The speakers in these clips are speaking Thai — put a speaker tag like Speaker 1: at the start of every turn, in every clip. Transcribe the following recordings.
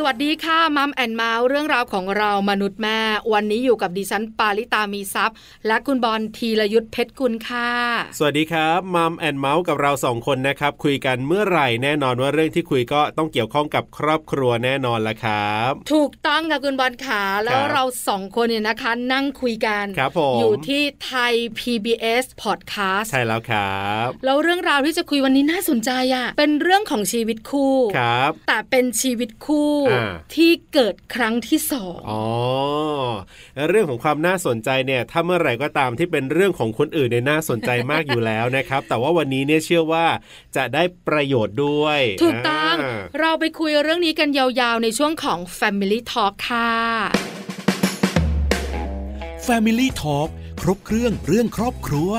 Speaker 1: สวัสดีค่ะมัมแอนเมาส์เรื่องราวของเรามนุษย์แม่ วันนี้อยู่กับดิฉันปาริตามีซัพย์ และคุณบอลธีรยุทธเพชรกุลค่ะ
Speaker 2: สวัสดีครับมัมแอนเมาส์กับเราสองคนนะครับ คุยกันเมื่อไหร่แน่นอนว่าเรื่องที่คุยก็ต้องเกี่ยวข้องกับครอบครัวแน่นอนละครับ
Speaker 1: ถูกต้องค่ะคุณบอลขาแล้วเราสองคนเนี่ยนะคะ นั่งคุยกัน
Speaker 2: ครับผม
Speaker 1: อยู่ที่ไทย PBS Podcast
Speaker 2: ใช่แล้วครับ
Speaker 1: แล้วเรื่องราวที่จะคุยวันนี้น่าสนใจอะเป็นเรื่องของชีวิตคู่
Speaker 2: ครับ
Speaker 1: แต่เป็นชีวิตคู่
Speaker 2: อ่า
Speaker 1: ที่เกิดครั้งที่สอง
Speaker 2: อ๋อเรื่องของความน่าสนใจเนี่ยถ้าเมื่อไหร่ก็ตามที่เป็นเรื่องของคนอื่นเนี่ยน่าสนใจมากอยู่แล้วนะครับ แต่ว่าวันนี้เนี่ยเชื่อว่าจะได้ประโยชน์ด้วย
Speaker 1: ถูกต้อง
Speaker 2: า
Speaker 1: เราไปคุยเรื่องนี้กันยาวๆ ในช่วงของ Family Talk ค่ะ
Speaker 3: Family Talk ครบเครื่องเรื่องครอบครัว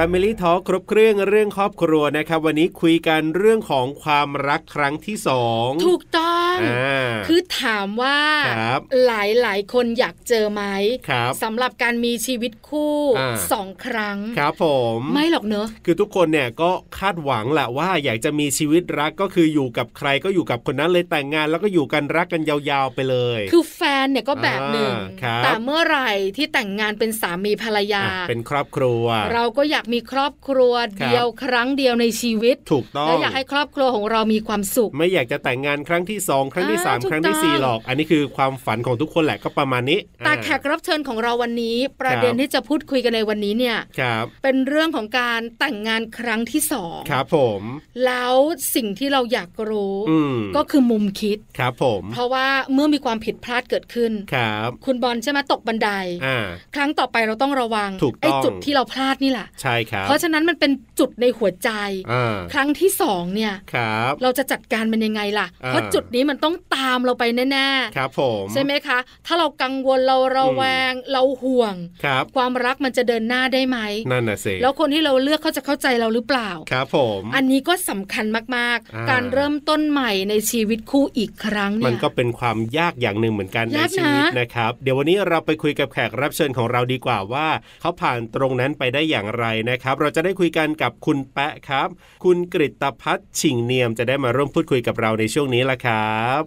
Speaker 2: Family Talk ครบเครื่องเรื่องครอบครัวนะครับ วันนี้คุยกันเรื่องของความรักครั้งที่สอง
Speaker 1: ถูกต้อง
Speaker 2: อ่า
Speaker 1: คือถามว่า
Speaker 2: ครับ
Speaker 1: หลายหลายๆคนอยากเจอไหม
Speaker 2: ครับ
Speaker 1: สำหรับการมีชีวิตคู่
Speaker 2: อ่า
Speaker 1: สองครั้ง
Speaker 2: ครับผม
Speaker 1: ไม่หรอกเนอะ
Speaker 2: คือทุกคนเนี่ยก็คาดหวังแหละว่าอยากจะมีชีวิตรักก็คืออยู่กับใครก็อยู่กับคนนั้นเลยแต่งงาน แล้วก็อยู่กันรักกันยาวๆไปเลย
Speaker 1: คือแฟนเนี่ยก็แบบหนึ่ง
Speaker 2: อ่าครับ
Speaker 1: แต่เมื่อไหร่ที่แต่งงานเป็นสามีภรรยา
Speaker 2: อ่ะเป็นครอบครัว
Speaker 1: เราก็อยากมีครอบครัว
Speaker 2: ครับ
Speaker 1: เดียวครั้งเดียวในชีวิต
Speaker 2: ถูกต้อ
Speaker 1: และ
Speaker 2: ง
Speaker 1: อยากให้ครอบครัวของเรามีความสุข
Speaker 2: ไม่อยากจะแต่งงานครั้งที่สองครั้งที่สาม
Speaker 1: อ่าถูก
Speaker 2: ครั้งที่สี่
Speaker 1: ต้อง
Speaker 2: หรอก อันนี้คือความฝันของทุกคนแหละก็ประมาณนี้
Speaker 1: แต่
Speaker 2: อ่า
Speaker 1: แขกรับเชิญของเราวันนี้ ประเด็น
Speaker 2: ครับ
Speaker 1: ที่จะพูดคุยกันในวันนี้เนี่ย
Speaker 2: ครับ
Speaker 1: เป็นเรื่องของการแต่งงานครั้งที่สอง
Speaker 2: ครับผม
Speaker 1: แล้วสิ่งที่เราอยากรู้
Speaker 2: อืม
Speaker 1: ก็คือมุมคิด
Speaker 2: ครับผม
Speaker 1: เพราะว่าเมื่อมีความผิดพลาดเกิดขึ้น
Speaker 2: ครับ
Speaker 1: คุณบอลใช่ไหมตกบันได
Speaker 2: อ่า
Speaker 1: ครั้งต่อไปเราต้องระวัง
Speaker 2: ถูกต้อง
Speaker 1: ไอ้จุดที่เราพลาดนี่แหละ
Speaker 2: ใช่ครับ
Speaker 1: เพราะฉะนั้นมันเป็นจุดในหัวใจ
Speaker 2: อ่า
Speaker 1: ครั้งที่สองเนี่ย
Speaker 2: ครับ
Speaker 1: เราจะจัดการมันยังไงล่ะ
Speaker 2: อ่า
Speaker 1: เพราะจุดนี้มันต้องตามเราไปแน่
Speaker 2: ครับผม
Speaker 1: ๆใช่ไหมคะ ถ้าเรากังวลเราระแวงเราห่วง
Speaker 2: ครับ
Speaker 1: ความรักมันจะเดินหน้าได้ไหม
Speaker 2: นั่นน่ะสิ
Speaker 1: แล้วคนที่เราเลือกเขาจะเข้าใจเราหรือเปล่า
Speaker 2: ครับผม
Speaker 1: อันนี้ก็สำคัญมาก
Speaker 2: อ่า
Speaker 1: ๆ การเริ่มต้นใหม่ในชีวิตคู่อีกครั้งเนี่
Speaker 2: มัน
Speaker 1: ย
Speaker 2: ก็เป็นความยากอย่างหนึ่งเหมือนกันใน
Speaker 1: ยากนะ
Speaker 2: ชีวิตนะครับ เดี๋ยววันนี้เราไปคุยกับแขกรับเชิญของเราดีกว่าว่า เขาผ่านตรงนั้นไปได้อย่างไรนะครับ เราจะได้คุยกันกับคุณแปะครับ คุณกริตพัฒน์ชิงเนียมจะได้มาร่วมพูดคุยกับเราในช่วงนี้ละครับ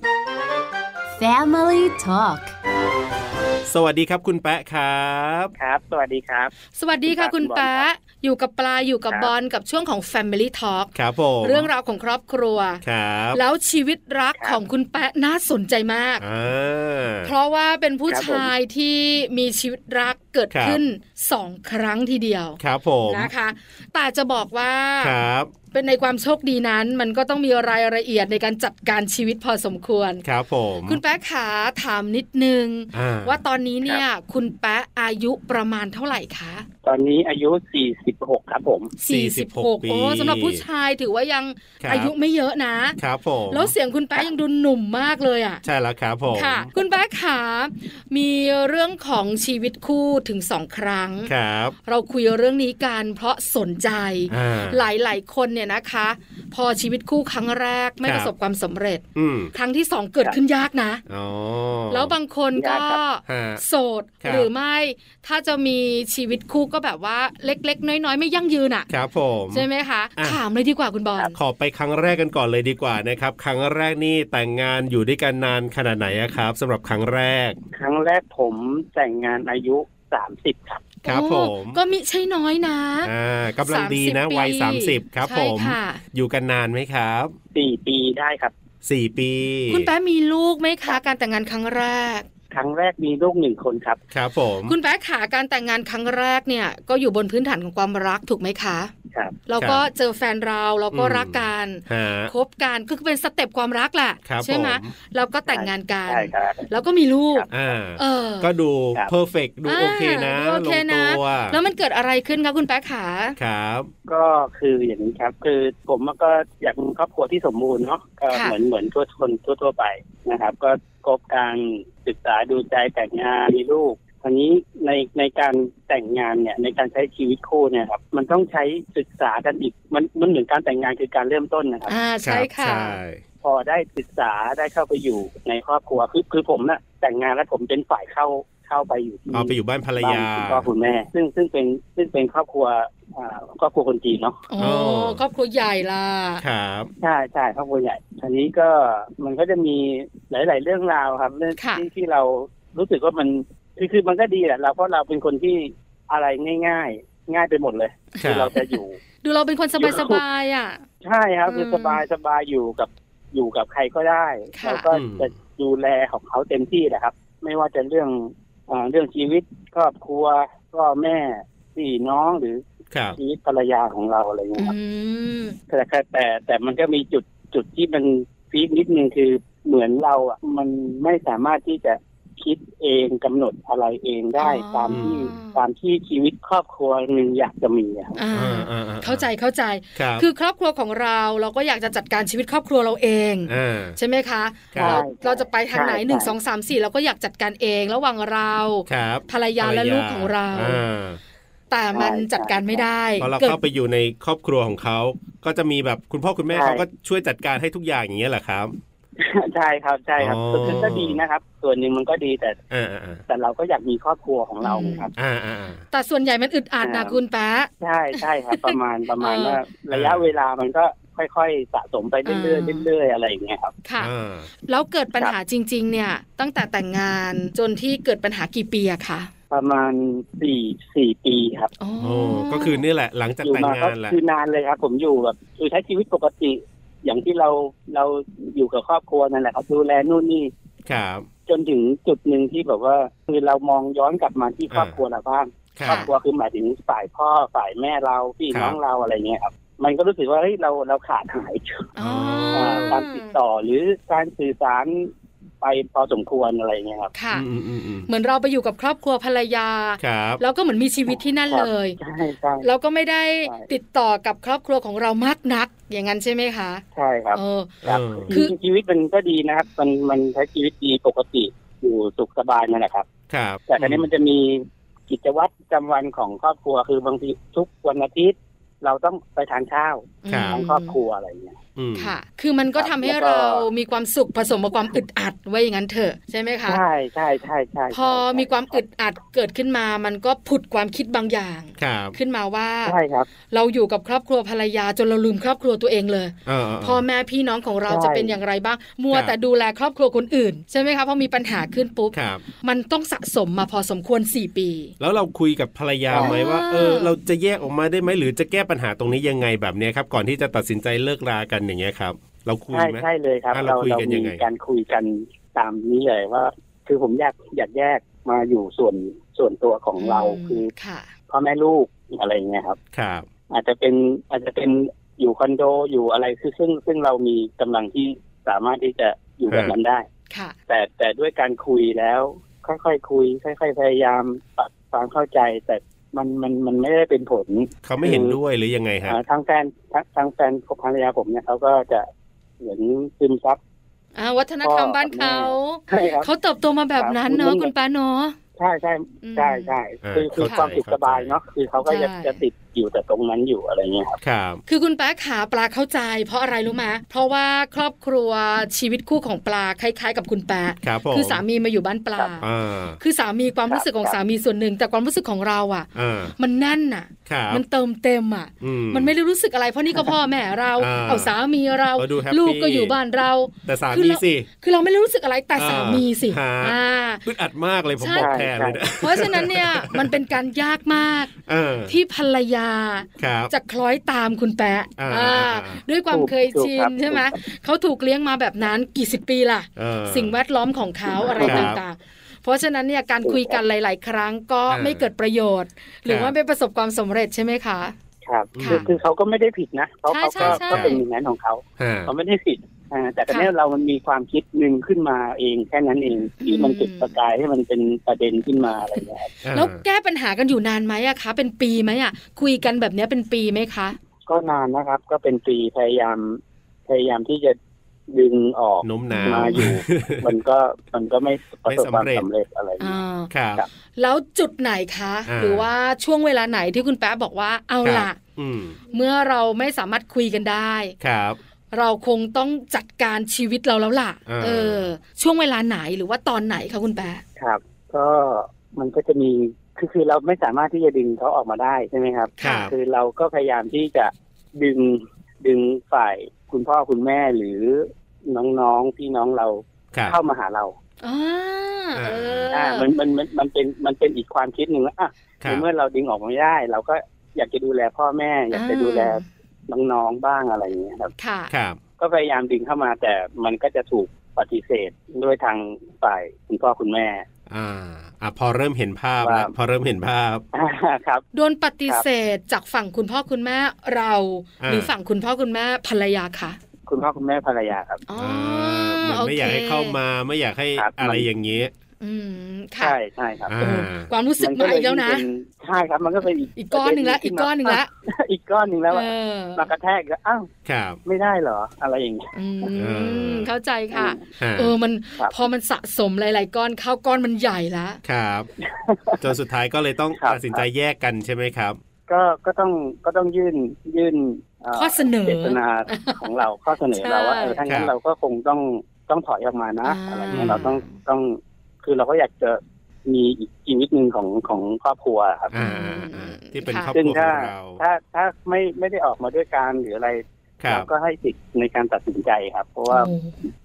Speaker 4: Family Talk
Speaker 2: สวัสดีครับคุณแปะครับ
Speaker 5: ครับ สวัสดีครับ
Speaker 1: สวัสดีค่ะ
Speaker 5: คุ
Speaker 1: คุณ
Speaker 5: ณปลา
Speaker 1: แป๊ะอยู่กับปลาอยู่กับ
Speaker 5: ครับ
Speaker 1: บอลกับช่วงของ Family Talk
Speaker 2: ครับผม
Speaker 1: เรื่องราวของครอบครัว
Speaker 2: ครับ
Speaker 1: แล้วชีวิตรัก
Speaker 5: ครับ
Speaker 1: ของคุณแป๊ะน่าสนใจมาก
Speaker 2: อ่า
Speaker 1: เพราะว่าเป็นผู้
Speaker 5: ครับผม
Speaker 1: ชายที่มีชีวิตรักเกิด
Speaker 2: ครับ
Speaker 1: ขึ้นสองครั้งทีเดียว
Speaker 2: ครับผม
Speaker 1: นะคะ แต่จะบอกว่า
Speaker 2: ครับ
Speaker 1: เป็นในความโชคดีนั้น มันก็ต้องมีรายละเอียดในการจัดการชีวิตพอสมควร
Speaker 2: ครับผม
Speaker 1: คุณแป๊ะขาถามนิดนึง
Speaker 2: อ่
Speaker 1: ว่าตอนนี้เนี่ย คุณแป๊ะอายุประมาณเท่าไหร่คะ
Speaker 5: ตอนนี้อายุ 46 ครับผม
Speaker 1: 46โอ้สำหรับผู้ชายถือว่ายัง
Speaker 2: ครับ
Speaker 1: อายุไม่เยอะนะ
Speaker 2: ครับผม
Speaker 1: แล้วเสียงคุณแป๊ะยังดูหนุ่มมากเลยอ่ะ
Speaker 2: ใช่แล้วครับผม
Speaker 1: ค่ะ คุณแป๊ะขามีเรื่องของชีวิตคู่ถึงสองครั้ง
Speaker 2: ครับ
Speaker 1: เราคุยเรื่องนี้กันเพราะสนใจ
Speaker 2: อ่า
Speaker 1: หลายๆ คนเนี่ยนะคะ พอชีวิตคู่ครั้งแรกไม่
Speaker 2: ครั
Speaker 1: ป
Speaker 2: บ
Speaker 1: ระสบความสำเร็จ
Speaker 2: อืม
Speaker 1: ครั้งที่สองเกิดขึ้นยากนะ
Speaker 2: อ๋อ
Speaker 1: แล้วบางคนก็
Speaker 5: ยากครับ
Speaker 2: ฮะ
Speaker 1: โสด
Speaker 2: ครับ
Speaker 1: หรือไม่ ถ้าจะมีชีวิตคู่ก็แบบว่าเล็กๆ น้อยๆ ไม่ยั่งยืนอ่ะ
Speaker 2: ครับผม
Speaker 1: ใช่ไหมคะ
Speaker 2: อ่ะ
Speaker 1: ถามเลยดีกว่าคุณบอล
Speaker 2: ขอไปครั้งแรกกันก่อนเลยดีกว่านะครับ ครั้งแรกนี่แต่งงานอยู่ด้วยกันนานขนาดไหนอะครับสำหรับครั้งแรก
Speaker 5: ครั้งแรกผมแต่งงานอายุ 30 ครับ
Speaker 2: ครับผ
Speaker 1: โอ้
Speaker 2: ม
Speaker 1: ก็มิใช่น้อยนะ
Speaker 2: อ่ากำลังดีนะ
Speaker 1: 30
Speaker 2: วัย
Speaker 1: ปี
Speaker 2: 30 ครับ
Speaker 1: ใช่
Speaker 2: ผม
Speaker 1: ค่ะ
Speaker 2: อยู่กันนานไหมครับ
Speaker 5: 4 ปีได้ครับ
Speaker 2: 4 ปี
Speaker 1: คุณแป๊ะมีลูกไหมคะการแต่งงานครั้งแรก
Speaker 5: ครั้งแรกมีลูกหนึ่งคนครับ
Speaker 2: ครับผม
Speaker 1: คุณแป๊ะขาการแต่งงานครั้งแรกเนี่ย ก็อยู่บนพื้นฐานของความรักถูกไหมคะ
Speaker 5: ครับ
Speaker 1: เราก็เจอแฟนเราเราก็รักกัน
Speaker 2: ฮะ
Speaker 1: คบกันก็คือเป็นสเต็ปความรักแหละ
Speaker 2: ครับ
Speaker 1: ใช่ไหม
Speaker 2: ผม
Speaker 1: เราก็แต่งงานกัน
Speaker 5: ใช่ครับ
Speaker 1: แล้วก็มีลูก
Speaker 2: อ่า
Speaker 1: เออ
Speaker 2: ก็ดู
Speaker 5: ครับ
Speaker 2: เพอร์เฟกดู
Speaker 1: อ่า
Speaker 2: โอเคนะ
Speaker 1: ดูโอ
Speaker 2: ล
Speaker 1: เค
Speaker 2: ง
Speaker 1: นะ
Speaker 2: ตัว
Speaker 1: แล้วมันเกิดอะไรขึ้นคะคุณแป๊ะขา
Speaker 2: ครับ
Speaker 5: ก็คืออย่างนี้ครับ คือผมก็อยากมีครอบครัวที่สมบูรณ์เนาะก็
Speaker 1: ค่ะ
Speaker 5: เหมือนเหมือนทั่วคนทั่วทั่วไปนะครับ ก็คบกันศึกษาดูใจแต่งงานมีลูกทีนี้ในในการแต่งงานเนี่ยในการใช้ชีวิตคู่เนี่ยครับมันต้องใช้ศึกษากันอีกมันมันเหมือนการแต่งงานคือการเริ่มต้นนะครับ
Speaker 1: อ่าใช่ค่ะ
Speaker 2: ใช่
Speaker 5: พอได้ศึกษาได้เข้าไปอยู่ในครอบครัวคือคือผมน่ะแต่งงานแล้วผมเป็นฝ่ายเข้า เข้าไปอยู่ที่
Speaker 2: เอาไปอยู่บ้านภรรยา
Speaker 5: บ้นคุณพ่อคุณแม่ ซึ่งซึ่งเป็นซึ่งเป็นครอบครัวอ่าครอบครัวคนจีนเนาะ
Speaker 1: โอ้
Speaker 2: อ๋อ
Speaker 1: ครอบครัวใหญ่ล่ะ
Speaker 2: ครับ
Speaker 5: ใช่ใช่ครอบครัวใหญ่ทีนี้ก็มันก็จะมีหลาย ๆ เรื่องราวครับเรื่อง
Speaker 1: ค่ะ
Speaker 5: ที่ที่เรารู้สึกว่ามันคือคือมันก็ดีแหละเราเพราะเราเป็นคนที่อะไรง่าย ๆ ง่ายไปหมดเลย
Speaker 2: ครับ
Speaker 5: เราจะอยู่
Speaker 1: ดูเราเป็นคนสบายๆอ่ะ
Speaker 5: ใช่ครับ
Speaker 1: อืม
Speaker 5: คือสบายสบายอยู่กับอยู่กับใครก็ได้
Speaker 1: ค่ะ
Speaker 5: แล้วก็
Speaker 2: อืม
Speaker 5: จะดูแลของเขาเต็มที่นะครับ ไม่ว่าจะเรื่องเอ่อเรื่องชีวิตครอบครัวพ่อแม่พี่น้องหรือ
Speaker 2: ครับ
Speaker 5: ชีวิตภรรยาของเราอะไรอย่างเงี้ยครับ
Speaker 1: อืม
Speaker 5: แต่แต่แต่แต่มันก็มีจุดจุดที่มันพีคนิดนึงคือเหมือนเราอ่ะมันไม่สามารถที่จะคิดเองกำหนดอะไรเองได้
Speaker 1: อ๋อ
Speaker 5: ตามที่ตามที่ชีวิตครอบครัวหนึ่งอยากจะมีอะ ครับ
Speaker 1: อ่า
Speaker 2: อ่าอ่
Speaker 1: เข้าใจเข้าใจ
Speaker 2: ครับ
Speaker 1: คือครอบครัวของเราเราก็อยากจะจัดการชีวิตครอบครัวเราเอง
Speaker 2: อ่า
Speaker 1: ใช่ไหมคะ
Speaker 2: ครับ
Speaker 1: เราเราจะไปทางไหน
Speaker 5: ใช่
Speaker 1: หนึ่ง
Speaker 5: ใช่
Speaker 1: สองสามสี่เราก็อยากจัดการเองระหว่างเรา
Speaker 2: ครับ
Speaker 1: ภรรยาและลูกของเรา
Speaker 2: อ่า
Speaker 1: แต่มันจัดการไม่ได้
Speaker 2: พอเราเข้าไปอยู่ในครอบครัวของเขา ก็จะมีแบบคุณพ่อคุณแม่
Speaker 5: ใช่
Speaker 2: เขาก็ช่วยจัดการให้ทุกอย่างอย่างเงี้ยเหรอครับ
Speaker 5: ใช่ครับใช่ครับ
Speaker 2: อ๋อ
Speaker 5: ก็คือก็ดีนะครับ ส่วนหนึ่งมันก็ดีแต่
Speaker 2: อ่าอ่าอ่า
Speaker 5: แต่เราก็อยากมีครอบครัวของเราครับ
Speaker 2: อ่าอ่าอ่า
Speaker 1: แต่ส่วนใหญ่มันอึดอัดนะ
Speaker 5: อ่า
Speaker 1: คุณแป๊ะ
Speaker 5: ใช่ใช่ครับ ประมาณประมาณ
Speaker 1: เออ
Speaker 5: ว่าระยะเวลามันก็ค่อยๆสะสมไปเรื่อยๆเรื่อยๆอะไรอย่างเงี้ยครับ
Speaker 1: ค่ะ
Speaker 2: อ่า
Speaker 1: แล้วเกิดปัญหาจริง ๆ เนี่ย ตั้งแต่แต่งงานจนที่เกิดปัญหากี่ปีอะคะ
Speaker 5: ประมาณสี่สี่ปีครับ
Speaker 1: โอ้
Speaker 2: โอ้ก็คือนี่แหละ หลังจาก
Speaker 5: อยู่
Speaker 2: แต่
Speaker 5: มาง
Speaker 2: งา
Speaker 5: ก็
Speaker 2: นแหละ
Speaker 5: คือนานเลยครับ ผมอยู่แบบคือใช้ชีวิตปกติ อย่างที่เราเราอยู่กับครอบครัวนั่นแหละครับดูแลนู่นนี่
Speaker 2: ครับ
Speaker 5: จนถึงจุดหนึ่งที่แบบว่าคือเรามองย้อนกลับมาที่ครอบครัวเราบ้าง
Speaker 2: ค
Speaker 5: คร
Speaker 2: รั
Speaker 5: อ
Speaker 2: บบ
Speaker 5: ครัวคือหมายถึงฝ่ายพ่อฝ่ายแม่เราพี่น้องเราอะไรเงี้ยครับ มันก็รู้สึกว่าเฮ้ยเราเราขาดหาย
Speaker 1: อ๋อ
Speaker 5: อ่าการติดต่อหรือการสื่อสารไปพอสมควรอะไรเงี้ยครับ
Speaker 1: ค่ะ
Speaker 2: อืมอืมอืม
Speaker 1: เหมือนเราไปอยู่กับครอบครัวภรรยา
Speaker 2: ครับ
Speaker 1: แล้วก็เหมือนมีชีวิตที่นั่นเลย
Speaker 5: ใช่ใช่
Speaker 1: เราก็ไม่ได้
Speaker 5: ใช่
Speaker 1: ติดต่อกับครอบครัวของเรามากนัก อย่างนั้นใช่ไหมคะ
Speaker 5: ใช่ครับ
Speaker 1: เออ
Speaker 2: เออ
Speaker 1: คื
Speaker 5: คือ อชีวิตมันก็ดีนะครับ มันมันใช้ชีวิตดีปกติอยู่สุขสบายนั่นแหละครับ
Speaker 2: ครับ
Speaker 5: แต่คราวนี้มันจะมีกิจวัตรประจำวันของครอบครัวคือบางทีทุกวันอาทิตย์ เราต้องไปทานข้าว
Speaker 1: ม
Speaker 5: ทั้งครอบครัวอะไรอย่างเงี้ย
Speaker 2: อืม
Speaker 1: ค่ะ คือมันก็
Speaker 5: ครับ
Speaker 1: ทำให้
Speaker 5: แล้วก็
Speaker 1: เรามีความสุขผสมกับความอึดอัดไว้อย่างนั้นเถอะใช่ไหมคะ
Speaker 5: ใช่ใช่ใช่ใช่
Speaker 1: พอมีความอึดอัดเกิดขึ้นมา มันก็ผุดความคิดบางอย่าง
Speaker 2: ครับ
Speaker 1: ขึ้นมาว่า
Speaker 5: ใช่ครับ
Speaker 1: เราอยู่กับครอบครัวภรรยาจนเราลืมครอบครัวตัวเองเลย
Speaker 2: เออเออ
Speaker 1: พ่อแม่พี่น้องของเรา
Speaker 5: ใช่
Speaker 1: จะเป็นอย่างไรบ้าง มัว
Speaker 2: ครับ
Speaker 1: แต่ดูแลครอบครัวคนอื่น ใช่ไหมคะพอมีปัญหาขึ้นปุ๊บ
Speaker 2: ครับ
Speaker 1: มันต้องสะสมมาพอสมควร 4 ปี
Speaker 2: แล้วเราคุยกับภรรยาไหม
Speaker 1: อ่า
Speaker 2: ว่า เออ เราจะแยกออกมาได้ไหมหรือจะแก้ปัญหาตรงนี้ยังไงแบบเนี้ยครับ ก่อนที่จะตัดสินใจเลิกรากันอย่างเงี้ยครับ เราคุย
Speaker 5: ใช่
Speaker 2: ไหม
Speaker 5: ใช่เลยครับ
Speaker 2: อ่ะเรา
Speaker 5: เรา
Speaker 2: คุย
Speaker 5: เรา
Speaker 2: กันยั
Speaker 5: มี
Speaker 2: งไง
Speaker 5: การคุยกันตามนี้เลยว่า คือผมอยากอยากแยกมาอยู่ส่วนส่วนตัวของเรา
Speaker 1: ม
Speaker 5: คือ
Speaker 1: ค่ะ
Speaker 5: พ่อแม่ลูกอะไรอย่างเงี้ยครับ
Speaker 2: ครับ
Speaker 5: อาจจะเป็นอาจจะเป็นอยู่คอนโดอยู่อะไรคือซึ่งซึ่งเรามีกำลังที่สามารถที่จะอยู่แบบนั้นได้
Speaker 1: ค่ะ
Speaker 5: แต่แต่ด้วยการคุยแล้ว ค่อยๆคุย ค่อย ๆ พยายามปรับความเข้าใจ แต่มันมันมันไม่ได้เป็นผล
Speaker 2: เขาไม่เห็นด้วยหรือยังไงฮะ
Speaker 5: อ่าทางแฟนทางทางแฟนของภรรยาผมเนี่ยเขาก็จะเหมือนซึมซับ
Speaker 1: อ่าวัฒนธรรม
Speaker 5: พ่อ
Speaker 1: บ้าน
Speaker 5: กับแม่
Speaker 1: เขา
Speaker 5: ใช่ครับ
Speaker 1: เขาเติบโตมาแบบนั้นเนอะคุณป้าเนอะ
Speaker 5: ใช่ใช่ใช่ใช่คือคือ
Speaker 1: เข้าใจ
Speaker 5: ความสุขสบายเนาะคือเขาก็จะ
Speaker 1: ใช่
Speaker 5: จะติดอยู่แต่ตรงนั้นอยู่อะไรเงี้ยครับ
Speaker 2: ครับ
Speaker 1: คือคุณแป๊ะขาปลาเข้าใจ เพราะอะไรรู้ไหมเพราะว่าครอบครัวชีวิตคู่ของปลาคล้ายๆ กับคุณแป๊ะ
Speaker 2: ครับผม
Speaker 1: คือสามีมาอยู่บ้านปลา
Speaker 2: อ่า
Speaker 1: คือสามีความรู้สึกของสามีส่วนหนึ่ง แต่ความรู้สึกของเราอ่ะ
Speaker 2: อ่า
Speaker 1: มันแน่นอ่ะ
Speaker 2: ครับ
Speaker 1: มันเติมเต็มอ่ะ
Speaker 2: อื
Speaker 1: มันไม่ได้รู้สึกอะไรเพราะนี่ก็พ่อแม่เรา
Speaker 2: อ่า
Speaker 1: เอาสามีเรา
Speaker 2: ก็ดูแฮปปี้
Speaker 1: ลูกก็อยู่บ้านเรา
Speaker 2: แต่สา
Speaker 1: คือ
Speaker 2: มี
Speaker 1: เรา
Speaker 2: สิ
Speaker 1: คือเราไม่ได้รู้สึกอะไรแต่สามีสิ
Speaker 2: อ่า
Speaker 1: อ่า
Speaker 2: อึดอัดมากเลยผม
Speaker 1: ใช่
Speaker 2: บอกแทนเลยนะ
Speaker 1: เพราะฉะนั้นเนี่ยมันเป็นการยากมาก
Speaker 2: เออ
Speaker 1: ที่ภรรยา
Speaker 2: ครับ
Speaker 1: จะคล้อยตามคุณแปะ
Speaker 2: อ่า
Speaker 1: อ่า
Speaker 2: อ่าอ่า
Speaker 1: ด้วยความ
Speaker 5: ถูก
Speaker 1: เคยชิน
Speaker 5: ถูกครับ
Speaker 1: ใช่ไหม
Speaker 5: ถูกครับ
Speaker 1: เขาถูกเลี้ยงมาแบบนั้นกี่สิบปีล่ะ
Speaker 2: เออ
Speaker 1: สิ่งแวดล้อมของเขาอะไร
Speaker 2: ครับ
Speaker 1: ต่างๆ เพราะฉะนั้นเนี่ยการคุยกันหลาย ๆ ครั้งก็
Speaker 2: อ่า
Speaker 1: ไม่เกิดประโยชน์ หรือ
Speaker 2: ครับ
Speaker 1: ว่าไม่ประสบความสำเร็จใช่ไหมคะ
Speaker 5: ครับ
Speaker 1: ค่ะ
Speaker 5: คือคือเขาก็ไม่ได้ผิดนะเขา
Speaker 1: ใช่
Speaker 5: เขาก็
Speaker 1: ใช่ใช่
Speaker 5: ก็เป็นอย่างนั้นของเขา
Speaker 2: ฮะ
Speaker 5: เขาไม่ได้ผิดอ่าแต่ตอนนี้
Speaker 1: ค่ะ
Speaker 5: เรามันมีความคิดหนึ่งขึ้นมาเองแค่นั้นเองที่มัน
Speaker 1: อืม
Speaker 5: จุดประกายให้มันเป็นประเด็นขึ้นมาอะไรเงี้ยครับ
Speaker 1: แล้วแก้ปัญหากันอยู่นานไหมอะคะ เป็นปีไหมอะคุยกันแบบเนี้ยเป็นปีไหมคะ
Speaker 5: ก็นานนะครับ ก็เป็นปีพยายาม พยายามที่จะดึงออก
Speaker 2: โน้มน้าว
Speaker 5: มาอยู่ มันก็มันก็ไม่ประ
Speaker 2: ไม่
Speaker 5: สบควา
Speaker 2: สำ
Speaker 5: ม
Speaker 2: เร็จ
Speaker 5: สำเร็จอะไรเงี้ย
Speaker 1: อ่า
Speaker 2: ครับ
Speaker 1: แล้วจุดไหนคะ
Speaker 2: อ่า
Speaker 1: หรือว่าช่วงเวลาไหนที่คุณแป๊ะบอกว่าเอา
Speaker 2: ครับ
Speaker 1: ล่ะ
Speaker 2: อืม
Speaker 1: เมื่อเราไม่สามารถคุยกันได้
Speaker 2: ครับ
Speaker 1: เราคงต้องจัดการชีวิตเราแล้วล่ะ
Speaker 2: อ่า
Speaker 1: เออ ช่วงเวลาไหนหรือว่าตอนไหนคะคุณแปะ
Speaker 5: ครับ ก็ มันก็จะมีคือคือเราไม่สามารถที่จะดึงเขาออกมาได้ใช่ไหมครับ
Speaker 2: ครับ
Speaker 5: อเราก็พยายามที่จะดึงดึงฝ่ายคุณพ่อคุณแม่หรือน้องๆพี่น้องเรา
Speaker 2: ครับ
Speaker 5: เข้ามาหาเรา
Speaker 1: อ่าเอออ
Speaker 5: อ่ามันมันมันมันเป็นมันเป็นอีกความคิดหนึ่งว่าอ่ะ
Speaker 2: ครั
Speaker 5: ใน
Speaker 2: บ
Speaker 5: เมื่อเราดึงออกมาไม่ได้ เราก็อยากจะดูแลพ่อแม่ อยากจะดูแล
Speaker 1: อ่
Speaker 5: น้องๆบ้างอะไรอย่างเงี้ยครับ
Speaker 1: ค่ะ
Speaker 2: ครับ
Speaker 5: ก็พยายามดึงเข้ามาแต่มันก็จะถูกปฏิเสธด้วยทางฝ่ายคุณพ่อคุณแม่
Speaker 2: อ่าอ่ะพอเริ่มเห็นภาพ
Speaker 5: ว่า
Speaker 2: แล้วพอเริ่มเห็นภาพ
Speaker 5: อ่าครับ
Speaker 1: โดนปฏิเสธจากฝั่งคุณพ่อคุณแม่เราห
Speaker 2: อ่า
Speaker 1: รือฝั่งคุณพ่อคุณแม่ภรรยาคะ
Speaker 5: คุณพ่อคุณแม่ภรรยาครับ
Speaker 1: อ๋อ
Speaker 2: อ่าเหมือน
Speaker 1: โค
Speaker 2: ไม่อยากให้เข้ามาไม่อยากให้
Speaker 5: ครับ
Speaker 2: อะไร
Speaker 5: มัน
Speaker 2: อย่างเงี้ย
Speaker 1: อืมค่ะ
Speaker 5: ใช่ใช่ครับ
Speaker 2: อ่า
Speaker 1: โอ้ความรู้สึก
Speaker 5: ก็
Speaker 1: มา
Speaker 5: เย
Speaker 1: อีกแล้วนะ
Speaker 5: เป็ใช่ครับ มันก็เป็นอีก
Speaker 1: อีกก้อนหนึ่งละ
Speaker 5: ประเด็
Speaker 1: อีก
Speaker 5: ที่
Speaker 1: ก้อนหนึ่งละ
Speaker 5: มาอีกก้อนหนึ่งแล้ว
Speaker 1: เออ
Speaker 5: มากระแทกก็อ้าว
Speaker 2: ครับ
Speaker 5: ไม่ได้เหรอ อะไรอย่างเงี้ย
Speaker 1: อื
Speaker 2: เอ
Speaker 1: ม
Speaker 2: อ
Speaker 1: เข้าใจค่ะ
Speaker 2: ฮะ
Speaker 1: เออมัน
Speaker 5: ครับ
Speaker 1: พอมันสะสมหลาย ๆ ก้อนเข้าก้อนมันใหญ่ละ
Speaker 2: ครับ จนสุดท้ายก็เลยต้อง
Speaker 5: ครับ
Speaker 2: ตัดสินใจแยกกันใช่ไหมครับ
Speaker 5: ก็ก็ต้องก็ต้องยื่นยื่นเ
Speaker 1: ข้อเสนอ
Speaker 5: เจตนาของเราข้อเสนอ
Speaker 1: ใช่
Speaker 5: เราว่าเออถ้างั้
Speaker 2: ครั
Speaker 5: น
Speaker 2: บ
Speaker 5: เราก็คงต้องต้องถอยออกมานะ
Speaker 1: อ่า
Speaker 5: อะไรเงี้ยเราต้องต้องคือเราก็อยากจะมีอีกชีวิตหนึ่งของของครอบครัวครับ
Speaker 2: าอ่าอ่าที่เป็น
Speaker 1: ค่ะ
Speaker 2: ครอบค
Speaker 5: ซึ่ง
Speaker 2: รัวข
Speaker 5: ถ้า
Speaker 2: องเรา
Speaker 5: ถ้าถ้าไม่ไม่ได้ออกมาด้วยการหรืออะไร
Speaker 2: ครั
Speaker 5: เรา
Speaker 2: บ
Speaker 5: ก็ให้สิทธิ์ในการตัดสินใจครับ เพราะว่า
Speaker 1: โอ้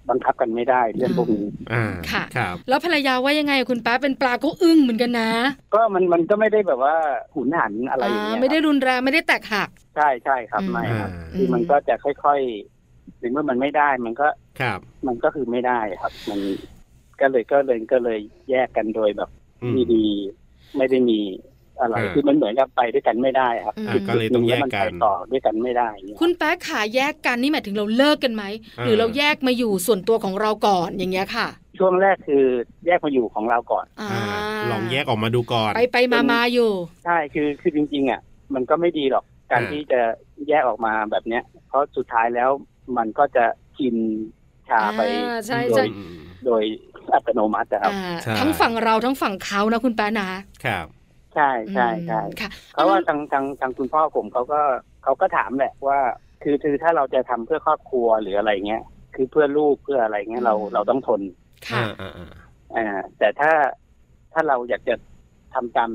Speaker 5: บังคับกันไม่ได้เรื่องพวกนี้
Speaker 2: อ่า
Speaker 1: ค่ะ
Speaker 2: ครับ
Speaker 1: แล้วภรรยาว่ายังไงคุณป้าเป็นปลาก็อึ้งเหมือนกันนะ
Speaker 5: ก็มันมันก็ไม่ได้แบบว่าหุนหันอะไรอย่าง
Speaker 1: อ่า
Speaker 5: เงี้ย
Speaker 1: ไม่ได้รุนแรงไม่ได้แตกหัก
Speaker 5: ใช่ใช่ครับ
Speaker 1: อืม
Speaker 5: ไม่
Speaker 2: อ่า
Speaker 5: ครับคือมันก็จะค่อยๆถึงเมื่อมันไม่ได้มันก็
Speaker 2: ครับ
Speaker 5: มันก็คือไม่ได้ครับ มันก็เลยก็เลยก็เลยแยกกันโดยแบบ
Speaker 2: อืม
Speaker 5: ดีๆไม่ได้มีอะไร
Speaker 2: อ่า
Speaker 5: คือมันเหมือนกับไปด้วยกันไม่ได้ครับ
Speaker 1: อืม
Speaker 5: จุด
Speaker 2: ก็เลยต้องแยกกัน
Speaker 5: หล้วมัไปต่อด้วยกันไม่ได้เนี่ย
Speaker 1: คุณแป๊ะขาแยกกันนี่หมายถึงเราเลิกกันไหม
Speaker 2: เออ
Speaker 1: หรือเราแยกมาอยู่ส่วนตัวของเราก่อนอย่างเงี้ยค่ะ
Speaker 5: ช่วงแรกคือแยกมาอยู่ของเราก่อน
Speaker 1: อา
Speaker 2: อ่าลองแยกออกมาดูก่อน
Speaker 1: ไปไปมามาอยู่
Speaker 5: ใช่คือคือจริงๆอ่ะมันก็ไม่ดีหรอกการ
Speaker 2: อ่า
Speaker 5: ที่จะแยกออกมาแบบเนี้ย เพราะสุดท้ายแล้วมันก็จะกินชาไป
Speaker 1: อ่าใช่
Speaker 5: โด
Speaker 1: ใช่
Speaker 5: ยโดยอัตโนมัตินะครับ
Speaker 1: อ่า
Speaker 2: ใช่
Speaker 1: ทั้งฝั่งเราทั้งฝั่งเขานะคุณแป๊ะนะครับ
Speaker 5: ใช่ใช่ใช่
Speaker 1: อืมค่ะ
Speaker 5: เพราะว่า
Speaker 1: อ่
Speaker 5: ทางทางทางคุณพ่อผมเขาก็เขาก็ถามแหละว่า คือคือถ้าเราจะทำเพื่อครอบครัวหรืออะไรเงี้ยคือเพื่อลูกเพื่ออะไรเงี้ยเราเราต้องทน
Speaker 1: ค่ะ
Speaker 2: อ่าอ่า
Speaker 5: อ่าแต่ถ้าถ้าเราอยากจะทำตาม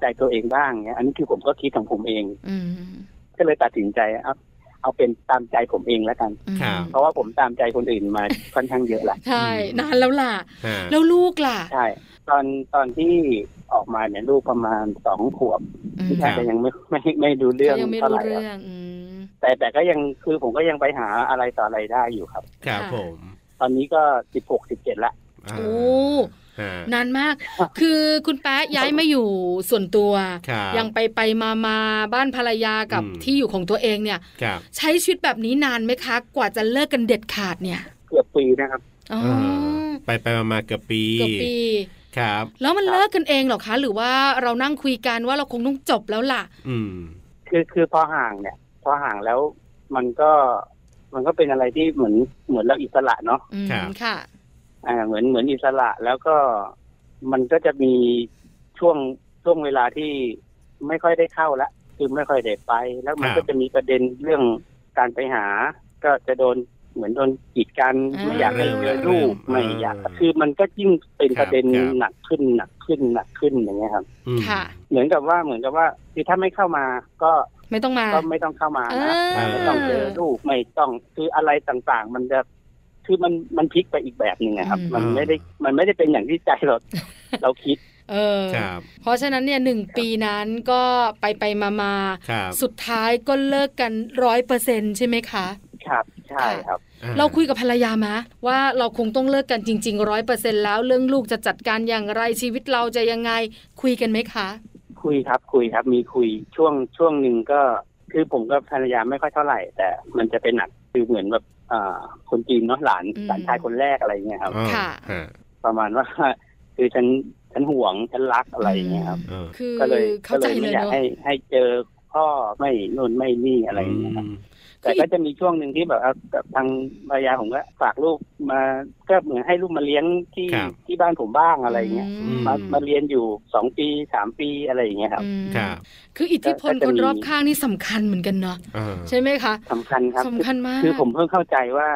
Speaker 5: ใจตัวเองบ้างเนี้ย อันนี้คือผมก็คิดของผมเอง
Speaker 1: อืม
Speaker 5: ก็เลยตัดสินใจเอาเอาเป็นตามใจผมเองแล้วกัน
Speaker 1: อืม
Speaker 2: ครับ
Speaker 5: เพราะว่าผมตามใจคนอื่น มา ค่อนข้างเยอะแหละ
Speaker 1: ใช่นานแล้วล่ะ
Speaker 2: ฮะ
Speaker 1: แล้วลูกล่ะ
Speaker 5: ใช่ ตอนตอนที่ออกมาเนี่ยลูกประมาณสองขวบ
Speaker 1: อืม
Speaker 5: ที่ท่านจะยังไม่ไม่ไม่ดูเรื่อง
Speaker 1: ยังไม่
Speaker 5: เท่า
Speaker 1: รู้
Speaker 5: ไหร่ค
Speaker 1: เรื่
Speaker 5: รับ
Speaker 1: องอืม
Speaker 5: แต่แต่ก็ยังคือผมก็ยังไปหาอะไรต่ออะไรได้อยู่ครับ
Speaker 2: ครับ
Speaker 1: ค่ะ
Speaker 2: ผม
Speaker 5: ตอนนี้ก็สิบหกสิบเจ็ดละ
Speaker 2: า
Speaker 1: โอ้
Speaker 2: ฮะ
Speaker 1: นานมาก คือคุณแป๊ะย้ายมาอยู่ส่วนตัว
Speaker 2: ครับ
Speaker 1: ยังไปไปมามาบ้านภรรยากับ
Speaker 2: อืม
Speaker 1: ที่อยู่ของตัวเองเนี่ย
Speaker 2: ครับ
Speaker 1: ใช้ชีวิตแบบนี้นานไหมคะ กว่าจะเลิกกันเด็ดขาดเนี่ย
Speaker 5: เกือบปีนะครับ
Speaker 1: อ๋อ
Speaker 2: เออไปไปมามาเกือบปี
Speaker 1: เกือบปี
Speaker 2: ครับ
Speaker 1: แล้วมัน
Speaker 5: ครับ
Speaker 1: เลิกกันเองเหรอคะ หรือว่าเรานั่งคุยกันว่าเราคงต้องจบแล้วล่ะ
Speaker 2: อืม
Speaker 5: คือคือพอห่างเนี่ย พอห่างแล้วมันก็มันก็เป็นอะไรที่เหมือนเหมือนเราอิสระเนาะ
Speaker 1: อืม
Speaker 2: ครับ
Speaker 1: ค่ะ
Speaker 5: อ่าเหมือนเหมือนอิสระแล้วก็มันก็จะมีช่วงช่วงเวลาที่ไม่ค่อยได้เข้าละคือไม่ค่อยได้ไป แล้วมั
Speaker 2: ค
Speaker 5: น
Speaker 2: รับ
Speaker 5: ก็จะมีประเด็นเรื่องการไปหา ก็จะโดนเหมือนโดนกีดกัน
Speaker 1: อ่า
Speaker 5: ไม่อยากให้เจอลูกไม่อยากคือมันก็ยิ่งเป็นประเด็นหนักขึ้นหนักขึ้นหนักขึ้นอย่างเงี้ยครับ
Speaker 2: อืม
Speaker 1: ค่ะ
Speaker 5: เหมือนกับว่าเหมือนกับว่าคือถ้าไม่เข้ามาก็
Speaker 1: ไม่ต้องมา
Speaker 5: ก็ไม่ต้องเข้ามานะ
Speaker 1: อ่า
Speaker 5: ไม่ต้องเจอลูกไม่ต้องคืออะไรต่างๆ มันจะคือมันมันพลิกไปอีกแบบหนึ่งนะครับ มันไม่ได้มันไม่ได้เป็นอย่างที่ใจเรา เราคิด
Speaker 1: เออ
Speaker 2: ครับ
Speaker 1: เพราะฉะนั้นเนี่ยหนึ่งปีนั้นก็ไปไปมามา
Speaker 2: ครับ
Speaker 1: สุดท้ายก็เลิกกันร้อยเปอร์เซ็นใช่ไหมคะ
Speaker 5: ครับใช่ครับ
Speaker 2: อ่
Speaker 1: เราคุยกับภรรยามะว่าเราคงต้องเลิกกันจริงๆร้อยเปอร์เซ็นแล้วเรื่องลูกจะจัดการอย่างไรชีวิตเราจะยังไงคุยกันไหมคะ
Speaker 5: คุยครับคุยครับ มีคุยช่วงช่วงหนึ่งก็คือผมกับภรรยาไม่ค่อยเท่าไหร่ แต่มันจะเป็นหนักคือเหมือนแบบอ่าคนจีนเนาะหลาน
Speaker 1: อืม
Speaker 5: หลานชายคนแรกอะไรเงี้ยครับ
Speaker 2: อ่า
Speaker 1: ค่ะ
Speaker 2: ฮ
Speaker 5: ประมาณว่า คือฉันฉันห่วงฉันรักอะไรเงี้ยครับ
Speaker 2: เออ
Speaker 1: คือ
Speaker 5: ก็เลย
Speaker 1: เข้า
Speaker 5: ก็เล
Speaker 1: ใจ
Speaker 5: ย
Speaker 1: เล
Speaker 5: ไม่
Speaker 1: ย
Speaker 5: อยาก
Speaker 1: เนาะ
Speaker 5: ให้ให้เจอพ่อไม่นู่นไม่นี่อะไรเงี้ยครับ
Speaker 2: ม
Speaker 5: แต่ก็จะมีช่วงหนึ่งที่แบบเอาทางภรรยาผมก็ฝากลูกมาก็เหมือนให้ลูกมาเลี้ยงที่
Speaker 2: ครับ
Speaker 5: ที่บ้านผมบ้างอะไรเงี้ย
Speaker 1: อืม
Speaker 5: มา
Speaker 2: อืม
Speaker 5: มาเรียนอยู่สองปีสามปีอะไรอย่างเงี้ยครับ
Speaker 1: อืม
Speaker 2: ครับ
Speaker 1: คืออิทธิพลคนรอบข้างนี่สำคัญเหมือนกันเนาะ
Speaker 2: อ่า
Speaker 1: ใช่ไหมคะ
Speaker 5: สำคัญครับ
Speaker 1: สำคัญมาก
Speaker 5: คือผมเพิ่งเข้าใจว่า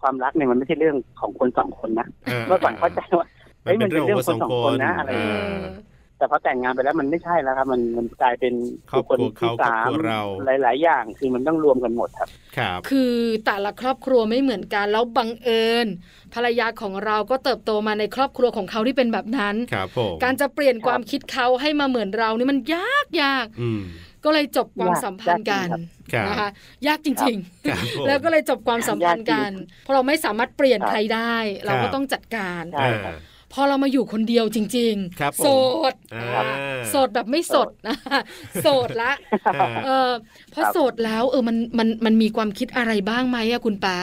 Speaker 5: ความรักเนี่ยมันไม่ใช่เรื่องของคนสองคนนะ
Speaker 2: า
Speaker 5: เมื่อก่อนเข้าใจว่า เฮ้ย
Speaker 2: มันเป็นเรื่องของคนสองคน
Speaker 5: มันเป็นเรื่องของคนสองคนนะอะไร
Speaker 2: อ่า
Speaker 5: แต่พอแต่งงานไปแล้วมันไม่ใช่แล้วครับมันมันกลายเป็น
Speaker 2: ครอบครัว
Speaker 5: บุที่
Speaker 2: เขาครอบ
Speaker 5: สาม
Speaker 2: ครัวเรา
Speaker 5: หลาย ๆ อย่างคือมันต้องรวมกันหมดครับ
Speaker 2: ครับ
Speaker 1: คือแต่ละครอบครัวไม่เหมือนกัน แล้วบังเอิญภรรยาของเราก็เติบโตมาในครอบครัวของเขาที่เป็นแบบนั้น
Speaker 2: ครับผม
Speaker 1: การจะเปลี่ยน
Speaker 5: ครับ
Speaker 1: ความคิดเขาให้มาเหมือนเรานี่มันยากยาก
Speaker 2: อืม
Speaker 1: ก็เลยจบความสัมพันธ์กัน
Speaker 2: ครับ
Speaker 1: นะคะยากจริง
Speaker 2: ครับผม
Speaker 1: ๆ แล้วก็เลยจบความสัมพันธ์กัน เพราะเราไม่สามารถเปลี่ยนใครได้ เรา
Speaker 2: ครั
Speaker 1: ก็
Speaker 2: บ
Speaker 1: ต้องจัดการ
Speaker 5: ใช่
Speaker 2: อ่า
Speaker 1: พอเรามาอยู่คนเดียวจริง
Speaker 2: ครับผม
Speaker 1: โสด
Speaker 2: อ่า
Speaker 1: อ่าโสดแบบไม่สดนะโสดละ
Speaker 2: อ่า
Speaker 1: เออพอ
Speaker 5: ครับ
Speaker 1: โสดแล้วเออมันมันมันมีความคิดอะไรบ้างไหมอะคุณป๊า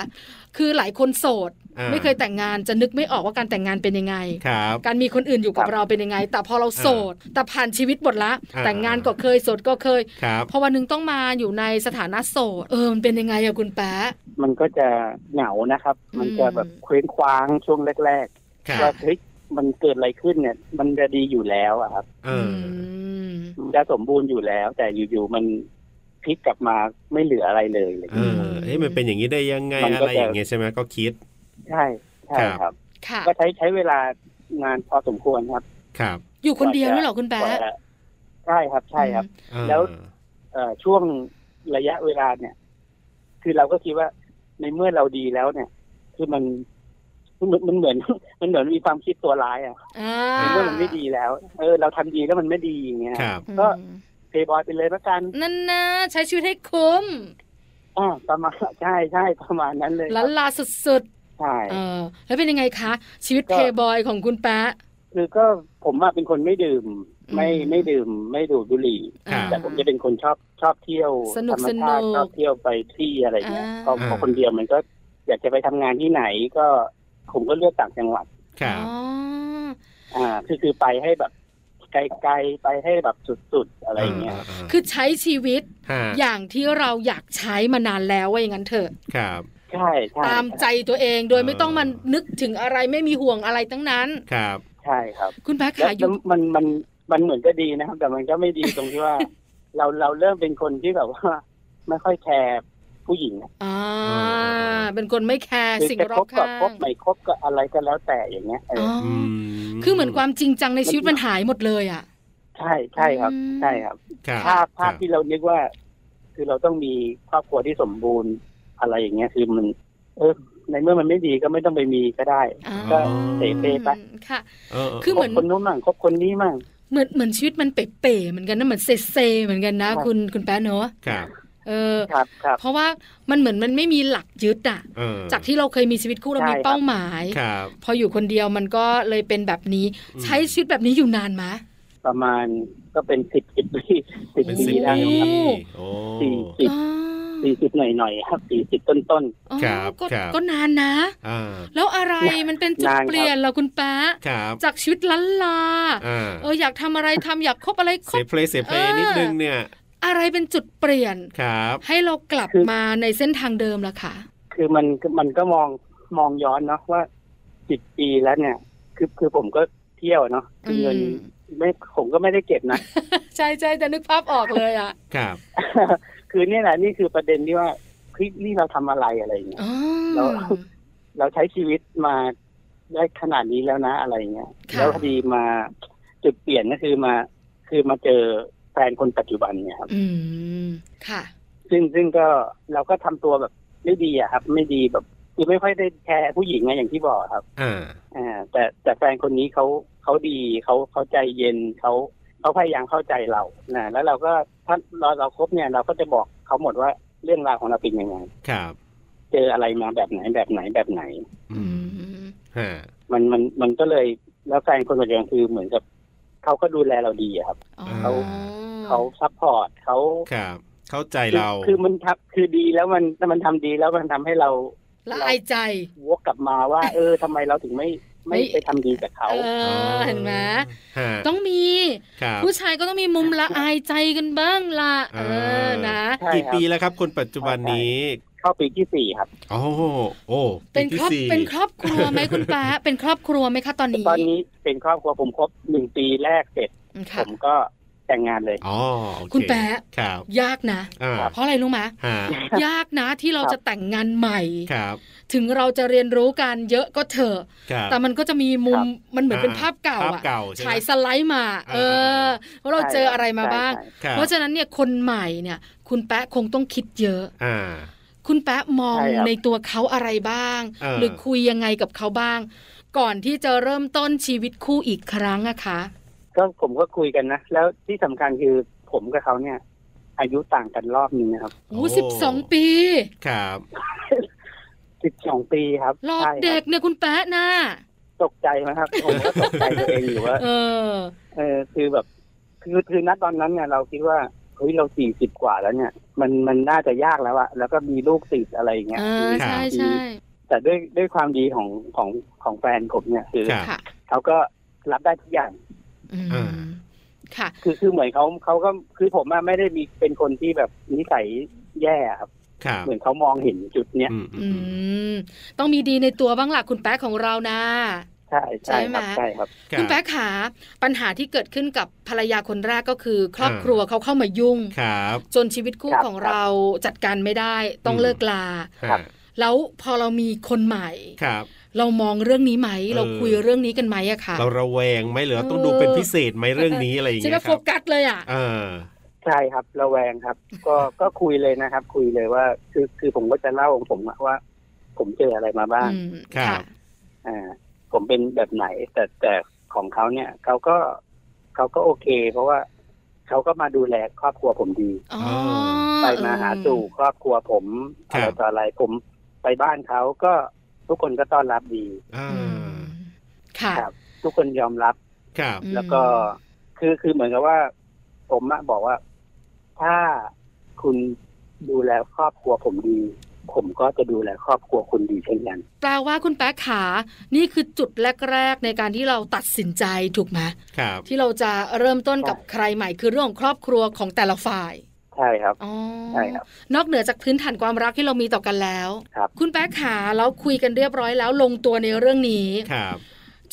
Speaker 1: คือหลายคนโสด
Speaker 2: อ่า
Speaker 1: ไม่เคยแต่งงานจะนึกไม่ออกว่าการแต่งงานเป็นยังไง
Speaker 2: ครับ
Speaker 1: การมีคนอื่นอยู่กับ
Speaker 5: ครับ
Speaker 1: เราเป็นยังไง แต่พอเราโสด แต่ผ่านชีวิตบทละ
Speaker 2: อ่า
Speaker 1: แต่งงานก็เคยโสดก็เคย
Speaker 2: ครับ
Speaker 1: พอวันหนึ่งต้องมาอยู่ในสถานะโสด เออ มันเป็นยังไงอะคุณแป๊ะ
Speaker 5: มันก็จะเหงานะครับ
Speaker 1: อืม
Speaker 5: มันจะแบบเคว้งคว้างช่วงแรก
Speaker 2: ค
Speaker 5: ๆ
Speaker 2: รั
Speaker 5: ว่า
Speaker 2: บ
Speaker 5: เฮ้ยมันเกิดอะไรขึ้นเนี่ย มันจะดีอยู่แล้วอะครับ
Speaker 2: เออ
Speaker 1: ม
Speaker 5: มันจะสมบูรณ์อยู่แล้ว แต่อยู่ๆมันพลิกกลับมาไม่เหลืออะไรเลยอะไรอย่าง
Speaker 2: เอ
Speaker 5: เงี้ย
Speaker 2: อเอ๊ะมันเป็นอย่างนี้ได้ยังไง
Speaker 5: มัน
Speaker 2: อะ
Speaker 5: ก็
Speaker 2: ไร
Speaker 5: จะ
Speaker 2: อย่างเงี้ยใช่ไหมก็คิด
Speaker 5: ใช่ใช่ครับ
Speaker 1: ค่ะ
Speaker 5: ก็ใช้ใช้เวลานานพอสมควรครับ
Speaker 2: ครับ
Speaker 1: อยู่คนเดียวด้วยเหรอคุณ
Speaker 5: ก
Speaker 1: แป๊ะ
Speaker 5: ว่าจะใช่ครับใช่ครับ
Speaker 2: เออ
Speaker 5: แล้ว เอ่อช่วงระยะเวลาเนี่ย คือเราก็คิดว่าในเมื่อเราดีแล้วเนี่ย คือมันมันมันเหมือน มันเหมือนมีความคิดตัวร้ายอะ
Speaker 1: อ่า
Speaker 5: ในเมื่อมันไม่ดีแล้ว เออ เราทำดีแล้วมันไม่ดีอย่างเงี้ย
Speaker 2: ครับ
Speaker 1: อืม
Speaker 5: ก็ เพย์บอยไปเลยละกัน
Speaker 1: นั่นนะใช้ชีวิตให้คุ้ม
Speaker 5: อ่าประมาณใช่ใช่ประมาณนั้นเลยค
Speaker 1: ลั
Speaker 5: รับ
Speaker 1: นลาสุด
Speaker 5: ใช่
Speaker 1: ๆ เออ แล้วเป็นยังไงคะ ชีวิต
Speaker 5: ก็
Speaker 1: เพย์บอยของคุณแป๊ะ
Speaker 5: คือก็ผมอะเป็นคนไม่ดื่ม ไม่
Speaker 1: อืม
Speaker 5: ไม่ดื่ม ไม่ดูดบุหรี่
Speaker 2: ครับ
Speaker 5: แต่ผมจะเป็นคนชอบชอบเที่ยว
Speaker 1: สนุก
Speaker 5: ธรรมชาติ
Speaker 1: สนุก
Speaker 5: ชอบเที่ยวไปที่อะไรอย่างเงี้ย
Speaker 1: อ่า
Speaker 5: พอพอคนเดียวมันก็ อยากจะไปทำงานที่ไหนก็ผมก็เลือกต่างจังหวัด
Speaker 2: ครับ
Speaker 1: อ๋อ
Speaker 5: อ่าคือคือไปให้แบบไกลๆไปให้แบบสุดๆอะไรอย่างเงี้ย
Speaker 1: คือใช้ชีวิต
Speaker 2: ฮะ
Speaker 1: อย่างที่เราอยากใช้มานานแล้วว่าอย่างนั้นเถอะ
Speaker 2: ครับ
Speaker 5: ใช่ใช่
Speaker 1: ตามใจตัวเองโดยไม่ต้องมันนึกถึงอะไรไม่มีห่วงอะไรทั้งนั้น
Speaker 2: ครับ
Speaker 5: ใช่ครับ
Speaker 1: คุณแป๊ะ
Speaker 5: แล้ว
Speaker 1: ขาอยู่
Speaker 5: มันมันมันเหมือนก็ดีนะครับ แต่มันก็ไม่ดีตรงที่ ว่า เราเราเริ่มเป็นคนที่แบบว่า ไม่ค่อยแคร์ผู้หญิงนะ
Speaker 1: อ่า
Speaker 2: อ่า
Speaker 1: เป็นคนไม่แคร์
Speaker 5: คือ
Speaker 1: สิ่ง
Speaker 5: จะ
Speaker 1: ร
Speaker 5: ค
Speaker 1: อ
Speaker 5: บบ กั
Speaker 1: ข้าง
Speaker 5: คบไม่คบก็อะไรก็แล้วแต่อย่างเงี้ยเออ
Speaker 1: อ๋อ
Speaker 5: อ
Speaker 1: อ
Speaker 2: อืม
Speaker 1: คือเหมือนความจริงจังในชีวิตมันหายหมดเลยอ่ะ
Speaker 5: ใช่ใช่ครับ
Speaker 1: อืม
Speaker 5: ใช่ครับ
Speaker 2: ครับ
Speaker 5: ภาพ
Speaker 2: ค
Speaker 5: ภาพ
Speaker 2: รับ
Speaker 5: ที่เรานึกว่า คือเราต้องมีครอบครัวที่สมบูรณ์อะไรอย่างเงี้ย คือมัน เออในเมื่อมันไม่ดีก็ไม่ต้องไปมีก็ได้
Speaker 1: อ่า
Speaker 5: ก็เสเพไป
Speaker 1: ค่ะ
Speaker 2: เอ
Speaker 1: คือเหมือน
Speaker 5: บคนนู้นมั่งคบคนนี้มั่ง
Speaker 1: เหมือนเหมือนชีวิตมันเป๋ๆเหมือนกันนะเหมือนเซเซเหมือนกันนะ
Speaker 5: ครับ
Speaker 1: คุณคุณแป๊ะเนอะ
Speaker 2: ครับ
Speaker 1: เออ
Speaker 5: ครับครับ
Speaker 1: เพราะว่ามันเหมือนมันไม่มีหลักยึดอ่ะ
Speaker 2: เออ
Speaker 1: จากที่เราเคยมีชีวิตคู่เรา
Speaker 5: ใช่
Speaker 1: มี
Speaker 5: ครับ
Speaker 1: เป้าหมาย
Speaker 2: ครับ
Speaker 1: พออยู่คนเดียวมันก็เลยเป็นแบบนี้
Speaker 2: อืม
Speaker 1: ใช้ชีวิตแบบนี้อยู่นานไหม
Speaker 5: ประมาณก็เป็นสิบสิบปีสิบ
Speaker 2: เป็น
Speaker 5: ปี
Speaker 2: สิบ
Speaker 5: ได้
Speaker 2: ปี
Speaker 5: ค
Speaker 1: อื
Speaker 5: รับ
Speaker 1: ม
Speaker 2: โอ้
Speaker 5: สี่สิบ
Speaker 1: อ๋อ
Speaker 5: สี่สิบหน่อยหน่อยๆครับสี่สิบต้นต้น
Speaker 1: อ๋อ
Speaker 2: ครับ
Speaker 1: ก็
Speaker 2: ครับ
Speaker 1: ก็นานนะ
Speaker 2: อ่า
Speaker 1: แล้วอะไรมันเป็นจุด
Speaker 5: นานครับ
Speaker 1: เปลี่ยนเหราคุณแป๊ะ
Speaker 2: ครับ
Speaker 1: จากชีวิตล้านลา
Speaker 2: อ่า
Speaker 1: เอออยากทำอะไรทำอยากคบอะไรค
Speaker 2: เส
Speaker 1: บ
Speaker 2: พเพลย์เสพเพลย์
Speaker 1: เออ
Speaker 2: นิดนึงเนี่ย
Speaker 1: อะไรเป็นจุดเปลี่ยน
Speaker 2: ครับ
Speaker 1: ให้เรากลับ
Speaker 5: คือ
Speaker 1: มาในเส้นทางเดิมละค่ะ
Speaker 5: ๆคือมันมันก็มองมองย้อนเนาะว่าสิบปีแล้วเนี่ย คือคือผมก็เที่ยวเนาะคือเงิน
Speaker 1: อืม
Speaker 5: ไม่ผมก็ไม่ได้เก็บนะ
Speaker 1: ใช่ใช่แต่นึกภาพออกเลยอ่ะ
Speaker 2: ครับ
Speaker 5: คือเนี่ยแหละนี่คือประเด็นที่ว่าเฮ้ยนี่เราทำอะไรอะไรอย่างเงี้ย
Speaker 1: อ๋อ
Speaker 5: แล้ว เราใช้ชีวิตมาได้ขนาดนี้แล้วนะอะไรอย่างเงี้ย
Speaker 1: ค่ะ
Speaker 5: แล้วพอดีมาจุดเปลี่ยนก็คือมา คือมาเจอแฟนคนปัจจุบันเนี่ยครับ
Speaker 1: อืมค่ะ
Speaker 5: ซึ่งซึ่งก็เราก็ทำตัวแบบไม่ดีอะครับ ไม่ดีแบบคือไม่ค่อยได้แคร์ผู้หญิงไงอย่างที่บอกครับ
Speaker 2: อ่า
Speaker 5: อ่าแต่แต่แฟนคนนี้เขาเขาดีเขาเขาใจเย็นเขาเขาพยายามเข้าใจเรานะแล้วเราก็ถ้าเราเราครบเนี่ย เราก็จะบอกเขาหมดว่าเรื่องราวของเราเป็นยังไง
Speaker 2: ครับ
Speaker 5: เจออะไรมาแบบไหนแบบไหนแบบไหน
Speaker 2: อื
Speaker 1: อืม
Speaker 2: มฮะ
Speaker 5: มันมันมันก็เลยแล้วแฟนคนปัจจุบันคือเหมือนกับเขาก็ดูแลเราดีอะครับ
Speaker 1: อ๋อา อ
Speaker 5: เขาซัพพอร์ตเขา
Speaker 2: ครับเข้าใจ
Speaker 5: คือ
Speaker 2: เรา
Speaker 5: คือมันทับคือดีแล้วมันมันทำดีแล้วมันทำให้เรา
Speaker 1: ละอายใจ
Speaker 5: วกกลับมาว่า เออทำไมเราถึงไม่ไม่
Speaker 1: ไม่
Speaker 5: ไปทำดีกับเขา
Speaker 1: เออเห็นไหม
Speaker 2: ฮะ
Speaker 1: ต้องมี
Speaker 2: ครับ
Speaker 1: ผู้ชายก็ต้องมีมุมละอายใจกันบ้างละเออนะ
Speaker 5: ใช่
Speaker 2: กี่
Speaker 5: ครับ
Speaker 2: ปีแล้วครับคนปัจจุบันนี้
Speaker 5: เข้าปีที่สี่ครับ
Speaker 2: โอ้โอ้
Speaker 1: เป็นครอบ
Speaker 2: ที่สี่
Speaker 1: เป็นครอบครัวไหม คุณป๊าเป็นครอบครัวไหมคะตอนนี้
Speaker 5: ตอนนี้เป็นครอบครัวผมครบหนึ่งปีแรกเสร็จ
Speaker 1: อืม
Speaker 5: ผ
Speaker 1: ค่ะ
Speaker 5: มก็ แต่งงานเลย
Speaker 2: อ๋อโอเ
Speaker 1: คุณแปะ
Speaker 2: ครับ
Speaker 1: ยากนะ
Speaker 2: อ่า
Speaker 1: เพราะอะไรรู้ไหมะ
Speaker 2: ฮะ
Speaker 1: ยากนะที่เรา
Speaker 5: ครับ
Speaker 1: จะแต่งงานใหม่
Speaker 2: ครับ
Speaker 1: ถึงเราจะเรียนรู้กันเยอะก็เถอะ
Speaker 2: ครับ
Speaker 1: แต่มันก็จะมีมุม
Speaker 5: ครับ
Speaker 1: มันเหมือน
Speaker 2: อ่า
Speaker 1: เป็นภาพเก่า
Speaker 2: ภาพ
Speaker 1: อะ
Speaker 2: เก่าใช่ไหม
Speaker 1: ฉายสไลด์มา เออ
Speaker 2: อ่า
Speaker 1: ว่าเราเจออะไรมา
Speaker 5: ใช่
Speaker 1: บ้าง
Speaker 5: ใช่
Speaker 2: ครับ
Speaker 1: เพราะฉะนั้นเนี่ยคนใหม่เนี่ย คุณแปะคงต้องคิดเยอะ
Speaker 2: อ่า
Speaker 1: คุณแปะมอง
Speaker 5: ใช่ครับ
Speaker 1: ในตัวเขาอะไรบ้าง
Speaker 2: เออ
Speaker 1: หรือคุยยังไงกับเขาบ้าง ก่อนที่จะเริ่มต้นชีวิตคู่อีกครั้งอะคะ
Speaker 5: ก็ผมก็คุยกันนะ แล้วที่สำคัญคือผมกับเขาเนี่ย อายุต่างกันรอบหนึงนะครับ
Speaker 1: โอ้
Speaker 2: โอ้
Speaker 1: สิบสองปี
Speaker 2: ครับ
Speaker 5: สิบสองปีครับ
Speaker 1: หลอก
Speaker 5: ใช่ครับ
Speaker 1: เด็กเนี่ยคุณแปะนะ
Speaker 5: ตกใจไหมครับผมก็ตกใจตัวเอง อยู่ว่า
Speaker 1: เออ
Speaker 5: เออคือแบบคือคือณตอนนั้นเนี่ยเราคิดว่าเฮ้ยเราสี่สิบกว่าแล้วเนี่ย มันมันน่าจะยากแล้วอะแล้วก็มีลูกติดอะไรอย่างเงี้ย
Speaker 1: เออ ใช่ใช่
Speaker 5: แต่ด้วยด้วยความดีของของของแฟนผมเนี่ยคือ
Speaker 2: ครับ
Speaker 1: ค่ะ
Speaker 5: เขาก็รับได้ทุกอย่าง
Speaker 1: อืม
Speaker 2: อ่า
Speaker 1: ค่ะ
Speaker 5: คือคือเหมือนเขาเขาก็คือผมอะไม่ได้มีเป็นคนที่แบบนิสัยแย่อะครับ
Speaker 2: ครับ
Speaker 5: เหมือนเขามองเห็นจุดเนี้ย
Speaker 2: อืมอื
Speaker 1: อื
Speaker 2: ม
Speaker 1: ม ต้องมีดีในตัวบ้างล่ะคุณแป๊ะของเรานะ
Speaker 5: ใช่ใช่
Speaker 1: ใช่ไห
Speaker 5: ค
Speaker 1: ม
Speaker 5: รับใช่ครับ
Speaker 2: รับ
Speaker 1: คุณแป๊ะขาปัญหาที่เกิดขึ้นกับภรรยาคนแรกก็คือ ครอบ
Speaker 2: อ่า
Speaker 1: ครัวเขาเข้ามายุ่ง
Speaker 2: ครับ
Speaker 1: จนชีวิตคู่
Speaker 5: ครับ
Speaker 1: ของเราจัดการไม่ได้ต้อง
Speaker 2: อืม
Speaker 1: เลิกลา
Speaker 5: ครับ
Speaker 2: ฮะ
Speaker 1: แล้วพอเรามีคนใหม่
Speaker 2: ครับ
Speaker 1: เรามองเรื่องนี้ไหม
Speaker 2: เออ
Speaker 1: เราคุยเรื่องนี้กันไหมอะค่ะ
Speaker 2: เราระแวงไหมหรือว่าต้อง
Speaker 1: เออ
Speaker 2: ดูเป็นพิเศษไหมเรื่องนี้อะไรอย่าง
Speaker 1: ใช่
Speaker 2: เงี้
Speaker 1: ไหม
Speaker 2: ยค
Speaker 1: โฟ
Speaker 2: รับ
Speaker 1: กัสเลยอะ
Speaker 2: เออ
Speaker 5: ใช่ครับระแวงครับ ก็ก็คุยเลยนะครับ คุยเลยว่า คือคือผมก็จะเล่าของผมอะว่า ผมเจออะไรมาบ้าง
Speaker 1: อืม
Speaker 2: ครับ
Speaker 5: อ่าผมเป็นแบบไหน แต่แต่ของเขาเนี่ยเขาก็เขาก็โอเค เพราะว่าเขาก็มาดูแลครอบครัวผมดี
Speaker 1: อ๋อ
Speaker 5: ไปมาหาสู่ครอบครัวผม
Speaker 2: ครับ
Speaker 5: อะไรต่ออะไรผมไปบ้านเขาก็ทุกคนก็ต้อนรับดี
Speaker 2: อ่า
Speaker 1: อืมค่ะ
Speaker 5: ครับ ทุกคนยอมรับ
Speaker 2: ครับ
Speaker 1: อืม
Speaker 5: แล้วก็คือคือเหมือนกับว่า ผมอะบอกว่า ถ้าคุณดูแลครอบครัวผมดี ผมก็จะดูแลครอบครัวคุณดีเช่นกัน
Speaker 1: แปลว่าคุณแป๊ะขา นี่คือจุดแรก ๆ ในการที่เราตัดสินใจถูกไหม
Speaker 2: ครับ
Speaker 1: ที่เราจะเริ่มต้นกับใครใหม่คือเรื่องของครอบครัวของแต่ละฝ่าย
Speaker 5: ใช่ครับ
Speaker 1: อ๋อ
Speaker 5: ใช่ครับ
Speaker 1: นอกเหนือจากพื้นฐานความรักที่เรามีต่อกันแล้ว
Speaker 5: ครับ
Speaker 1: ณแป๊ะขาแล้วคุยกันเรียบร้อยแล้วลงตัวในเรื่องนี้
Speaker 2: ครับ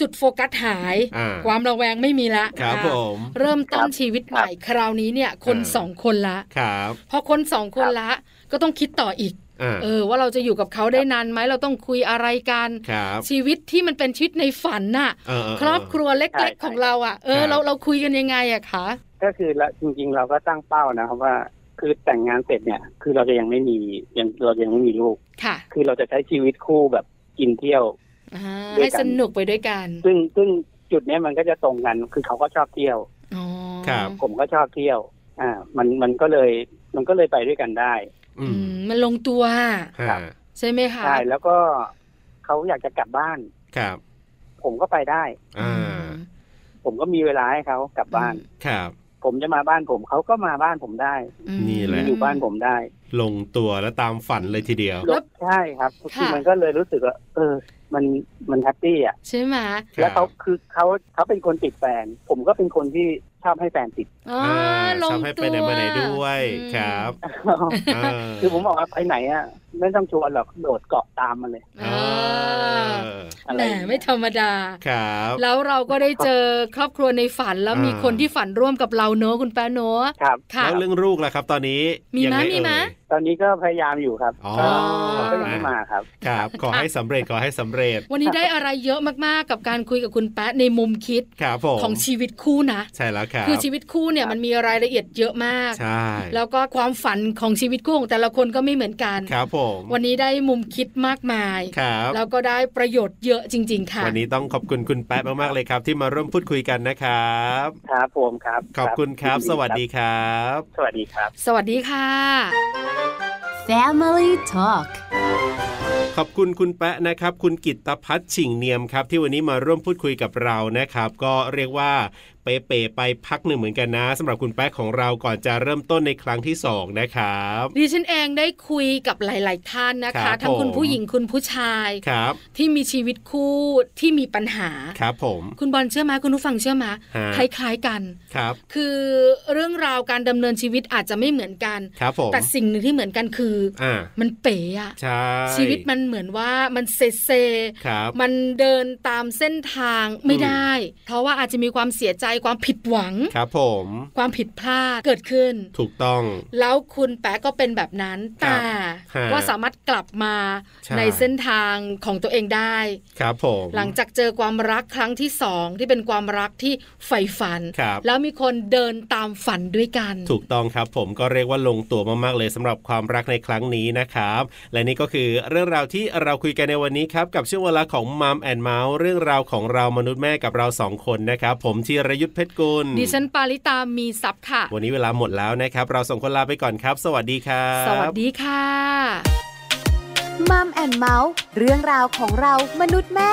Speaker 1: จุดโฟกัสหาย
Speaker 2: อ่า
Speaker 1: ความระแวงไม่มีละ
Speaker 2: ครับ
Speaker 1: อ่า
Speaker 2: ผม
Speaker 1: เริ่มต้น
Speaker 5: ครับ
Speaker 1: ชีวิตใหม่คราวนี้เนี่ยคน
Speaker 2: เออ
Speaker 1: สองคนละ
Speaker 2: ครับ
Speaker 1: พอคนสองคน
Speaker 5: ครับ
Speaker 1: ละ ก็ต้องคิดต่ออีก
Speaker 2: อ่า
Speaker 1: เออ ว่าเราจะอยู่กับเขาได้นานไหมเราต้องคุยอะไรกัน
Speaker 2: ครับ
Speaker 1: ชีวิตที่มันเป็นชีวิตในฝันน่ะ
Speaker 2: เออเเ
Speaker 1: ครอบครัวเล็ก ๆ
Speaker 5: ใช่
Speaker 1: ของเราอ่ะ เออ เราเราคุยกันยังไงอะคะ
Speaker 5: ก็คือละจริงๆ เราก็ตั้งเป้านะครับว่า คือแต่งงานเสร็จเนี่ย คือเราจะยังไม่มียังเรายังไม่มีลูก
Speaker 1: ค่ะ
Speaker 5: คือเราจะใช้ชีวิตคู่แบบกินเที่ยว
Speaker 1: อ่า
Speaker 5: ด้วยกัน
Speaker 1: ให้สนุกไปด้วยกัน
Speaker 5: ซึ่งซึ่งจุดเนี้ยมันก็จะตรงกัน คือเขาก็ชอบเที่ยว
Speaker 1: อ๋อ
Speaker 2: ครับ
Speaker 5: ผมก็ชอบเที่ยว อ่า มันมันก็เลยมันก็เลยไปด้วยกันได้
Speaker 2: อื
Speaker 1: อื
Speaker 2: ม
Speaker 1: มมันลงตัว
Speaker 2: ฮะ
Speaker 5: ครับ
Speaker 1: ใช่ไหมคะ
Speaker 5: ใช่แล้วก็เขาอยากจะกลับบ้าน
Speaker 2: ครับ
Speaker 5: ผมก็ไปได้
Speaker 2: อ่า
Speaker 1: อืม
Speaker 5: ผมก็มีเวลาให้เขากลับบ้าน
Speaker 2: ครับ
Speaker 5: ผมจะมาบ้านผมเขาก็มาบ้านผมได้
Speaker 1: อืม
Speaker 2: นี่แหละ
Speaker 5: อยู่บ้านผมได้
Speaker 2: ลงตัวและตามฝันเลยทีเดียว
Speaker 1: แล้ว
Speaker 5: ใช่ครับคือมันก็เลยรู้สึกว่าเออ มันมันแฮปปี้อ่ะ
Speaker 1: ใช่ไหม
Speaker 2: ครับ
Speaker 5: แล้วเขาคือเขาเขาเป็นคนติดแฟน ผมก็เป็นคนที่ชอบให้แฟนติด
Speaker 1: อ๋อา ลง
Speaker 2: ชอบให้
Speaker 1: ตัว
Speaker 2: ไปไหนมาไหนด้วย
Speaker 1: อืม
Speaker 2: ครับอ่า
Speaker 5: คือผมบอกว่าไปไหนอ่ะไม่ต้องชวนหรอกโดดเกาะตามมันเลย
Speaker 1: เอ
Speaker 2: อ่
Speaker 1: อา
Speaker 5: อะ
Speaker 1: แห
Speaker 5: ไร
Speaker 1: ม
Speaker 5: อย่าง
Speaker 1: ไม่
Speaker 5: เงี้ย
Speaker 1: ธรรมดา
Speaker 2: ครับ
Speaker 1: แล้วเราก็ได้เจอครอบครัวในฝันแล้ว
Speaker 2: อ่ามี
Speaker 1: มีคนที่ฝันร่วมกับเราเนอะคุณแป๊ะเนอะ
Speaker 5: ครับ
Speaker 1: ค่ะ
Speaker 2: แล้วเรื่องลูกล่ะครับ ตอนนี้
Speaker 1: มีไหม
Speaker 2: ยังง
Speaker 1: มีไหม
Speaker 2: เอ่ย
Speaker 5: ตอนนี้ก็พยายามอยู่ครับ
Speaker 2: อ๋อ
Speaker 5: ก็ก็ยังไม่มาครับ
Speaker 2: ครับ ขอให้สำเร็จขอให้สำเร็จ
Speaker 1: วันนี้ได้อะไรเยอะมากๆ กับการคุยกับคุณแป๊ะในมุมคิด
Speaker 2: ครับผม
Speaker 1: ของชีวิตคู่นะ
Speaker 2: ใช่แล้วครับ
Speaker 1: คือชีวิตคู่เนี่ย
Speaker 5: ครับ
Speaker 1: มันมีรายละเอียดเยอะมาก
Speaker 2: ใช่
Speaker 1: แล้วก็ความฝันของชีวิตคู่ของแต่ละคนก็ไม่เหมือนกัน
Speaker 2: ครับผม
Speaker 1: วันนี้ได้มุมคิดมากมาย
Speaker 2: ครับ
Speaker 1: แล้วก็ได้ประโยชน์เยอะจริง ๆ ค่ะ
Speaker 2: วันนี้ต้องขอบคุณคุณแป๊ะมากๆเลยครับ ที่มาร่วมพูดคุยกันนะครับ
Speaker 5: ครับผมครับ
Speaker 2: ขอบคุณครับ สวัสดีครับ
Speaker 5: สวัสดีครับ
Speaker 1: สวัสดีค่ะ
Speaker 4: Family Talk
Speaker 2: ขอบคุณคุณแปะนะครับคุณกิตตพัฒน์ชิงเนียมครับ ที่วันนี้มาร่วมพูดคุยกับเรานะครับ ก็เรียกว่าเป๋ๆไปพักหนึ่งเหมือนกันนะสำหรับคุณแปะของเราก่อนจะเริ่มต้นในครั้งที่สองนะครับ
Speaker 1: ดิฉันเองได้คุยกับหลาย ๆ ท่านนะ
Speaker 2: ครั
Speaker 1: คะ
Speaker 2: บ
Speaker 1: ทั้งคุณ
Speaker 2: ผม
Speaker 1: ผู้หญิงคุณผู้ชาย
Speaker 2: ครับ
Speaker 1: ที่มีชีวิตคู่ที่มีปัญหา
Speaker 2: ครับผม
Speaker 1: คุณบอลเชื่อไหมคุณผู้ฟังเชื่อไหม
Speaker 2: ฮะ
Speaker 1: คล้าย ๆ กัน
Speaker 2: ครับ
Speaker 1: คือเรื่องราวการดำเนินชีวิตอาจจะไม่เหมือนกัน
Speaker 2: ครับผม
Speaker 1: แต่สิ่งหนึ่งที่เหมือนกันคืออ
Speaker 2: อ่า
Speaker 1: มันเป๋อะ
Speaker 2: ใช่
Speaker 1: ชีวิตมันเหมือนว่ามันเซเซ
Speaker 2: ครับ
Speaker 1: มันเดินตามเส้นทางไม่
Speaker 2: อืม
Speaker 1: ได้ เพราะว่าอาจจะมีความเสียใจ ความผิดหวัง
Speaker 2: ครับผม
Speaker 1: ความผิดพลาดเกิดขึ้น
Speaker 2: ถูกต้อง
Speaker 1: แล้วคุณแป๊ะก็เป็นแบบนั้นแต่
Speaker 2: ฮะ
Speaker 1: ก็สามารถกลับมา
Speaker 2: ใช่
Speaker 1: ในเส้นทางของตัวเองได้
Speaker 2: ครับผม
Speaker 1: หลังจากเจอความรักครั้งที่สองที่เป็นความรักที่ใฝ่ฝัน
Speaker 2: ครับ
Speaker 1: แล้วมีคนเดินตามฝันด้วยกัน
Speaker 2: ถูกต้องครับผมก็เรียกว่าลงตัวมากๆเลยสำหรับความรักในครั้งนี้นะครับ และนี่ก็คือเรื่องราวที่เราคุยกันในวันนี้ครับ กับช่วงเวลาของมัมแอนเมาส์เรื่องราวของเรามนุษย์แม่กับเราสองคนนะครับ ผมธีรยุทธเพชรกุล
Speaker 1: ดิฉันปาริตามีซับค่ะ
Speaker 2: วันนี้เวลาหมดแล้วนะครับ เราสองคนลาไปก่อนครับ สวัสดีครับ
Speaker 1: สวัสดีค่ะ
Speaker 4: มัมแอนเมาส์เรื่องราวของเรามนุษย์แม่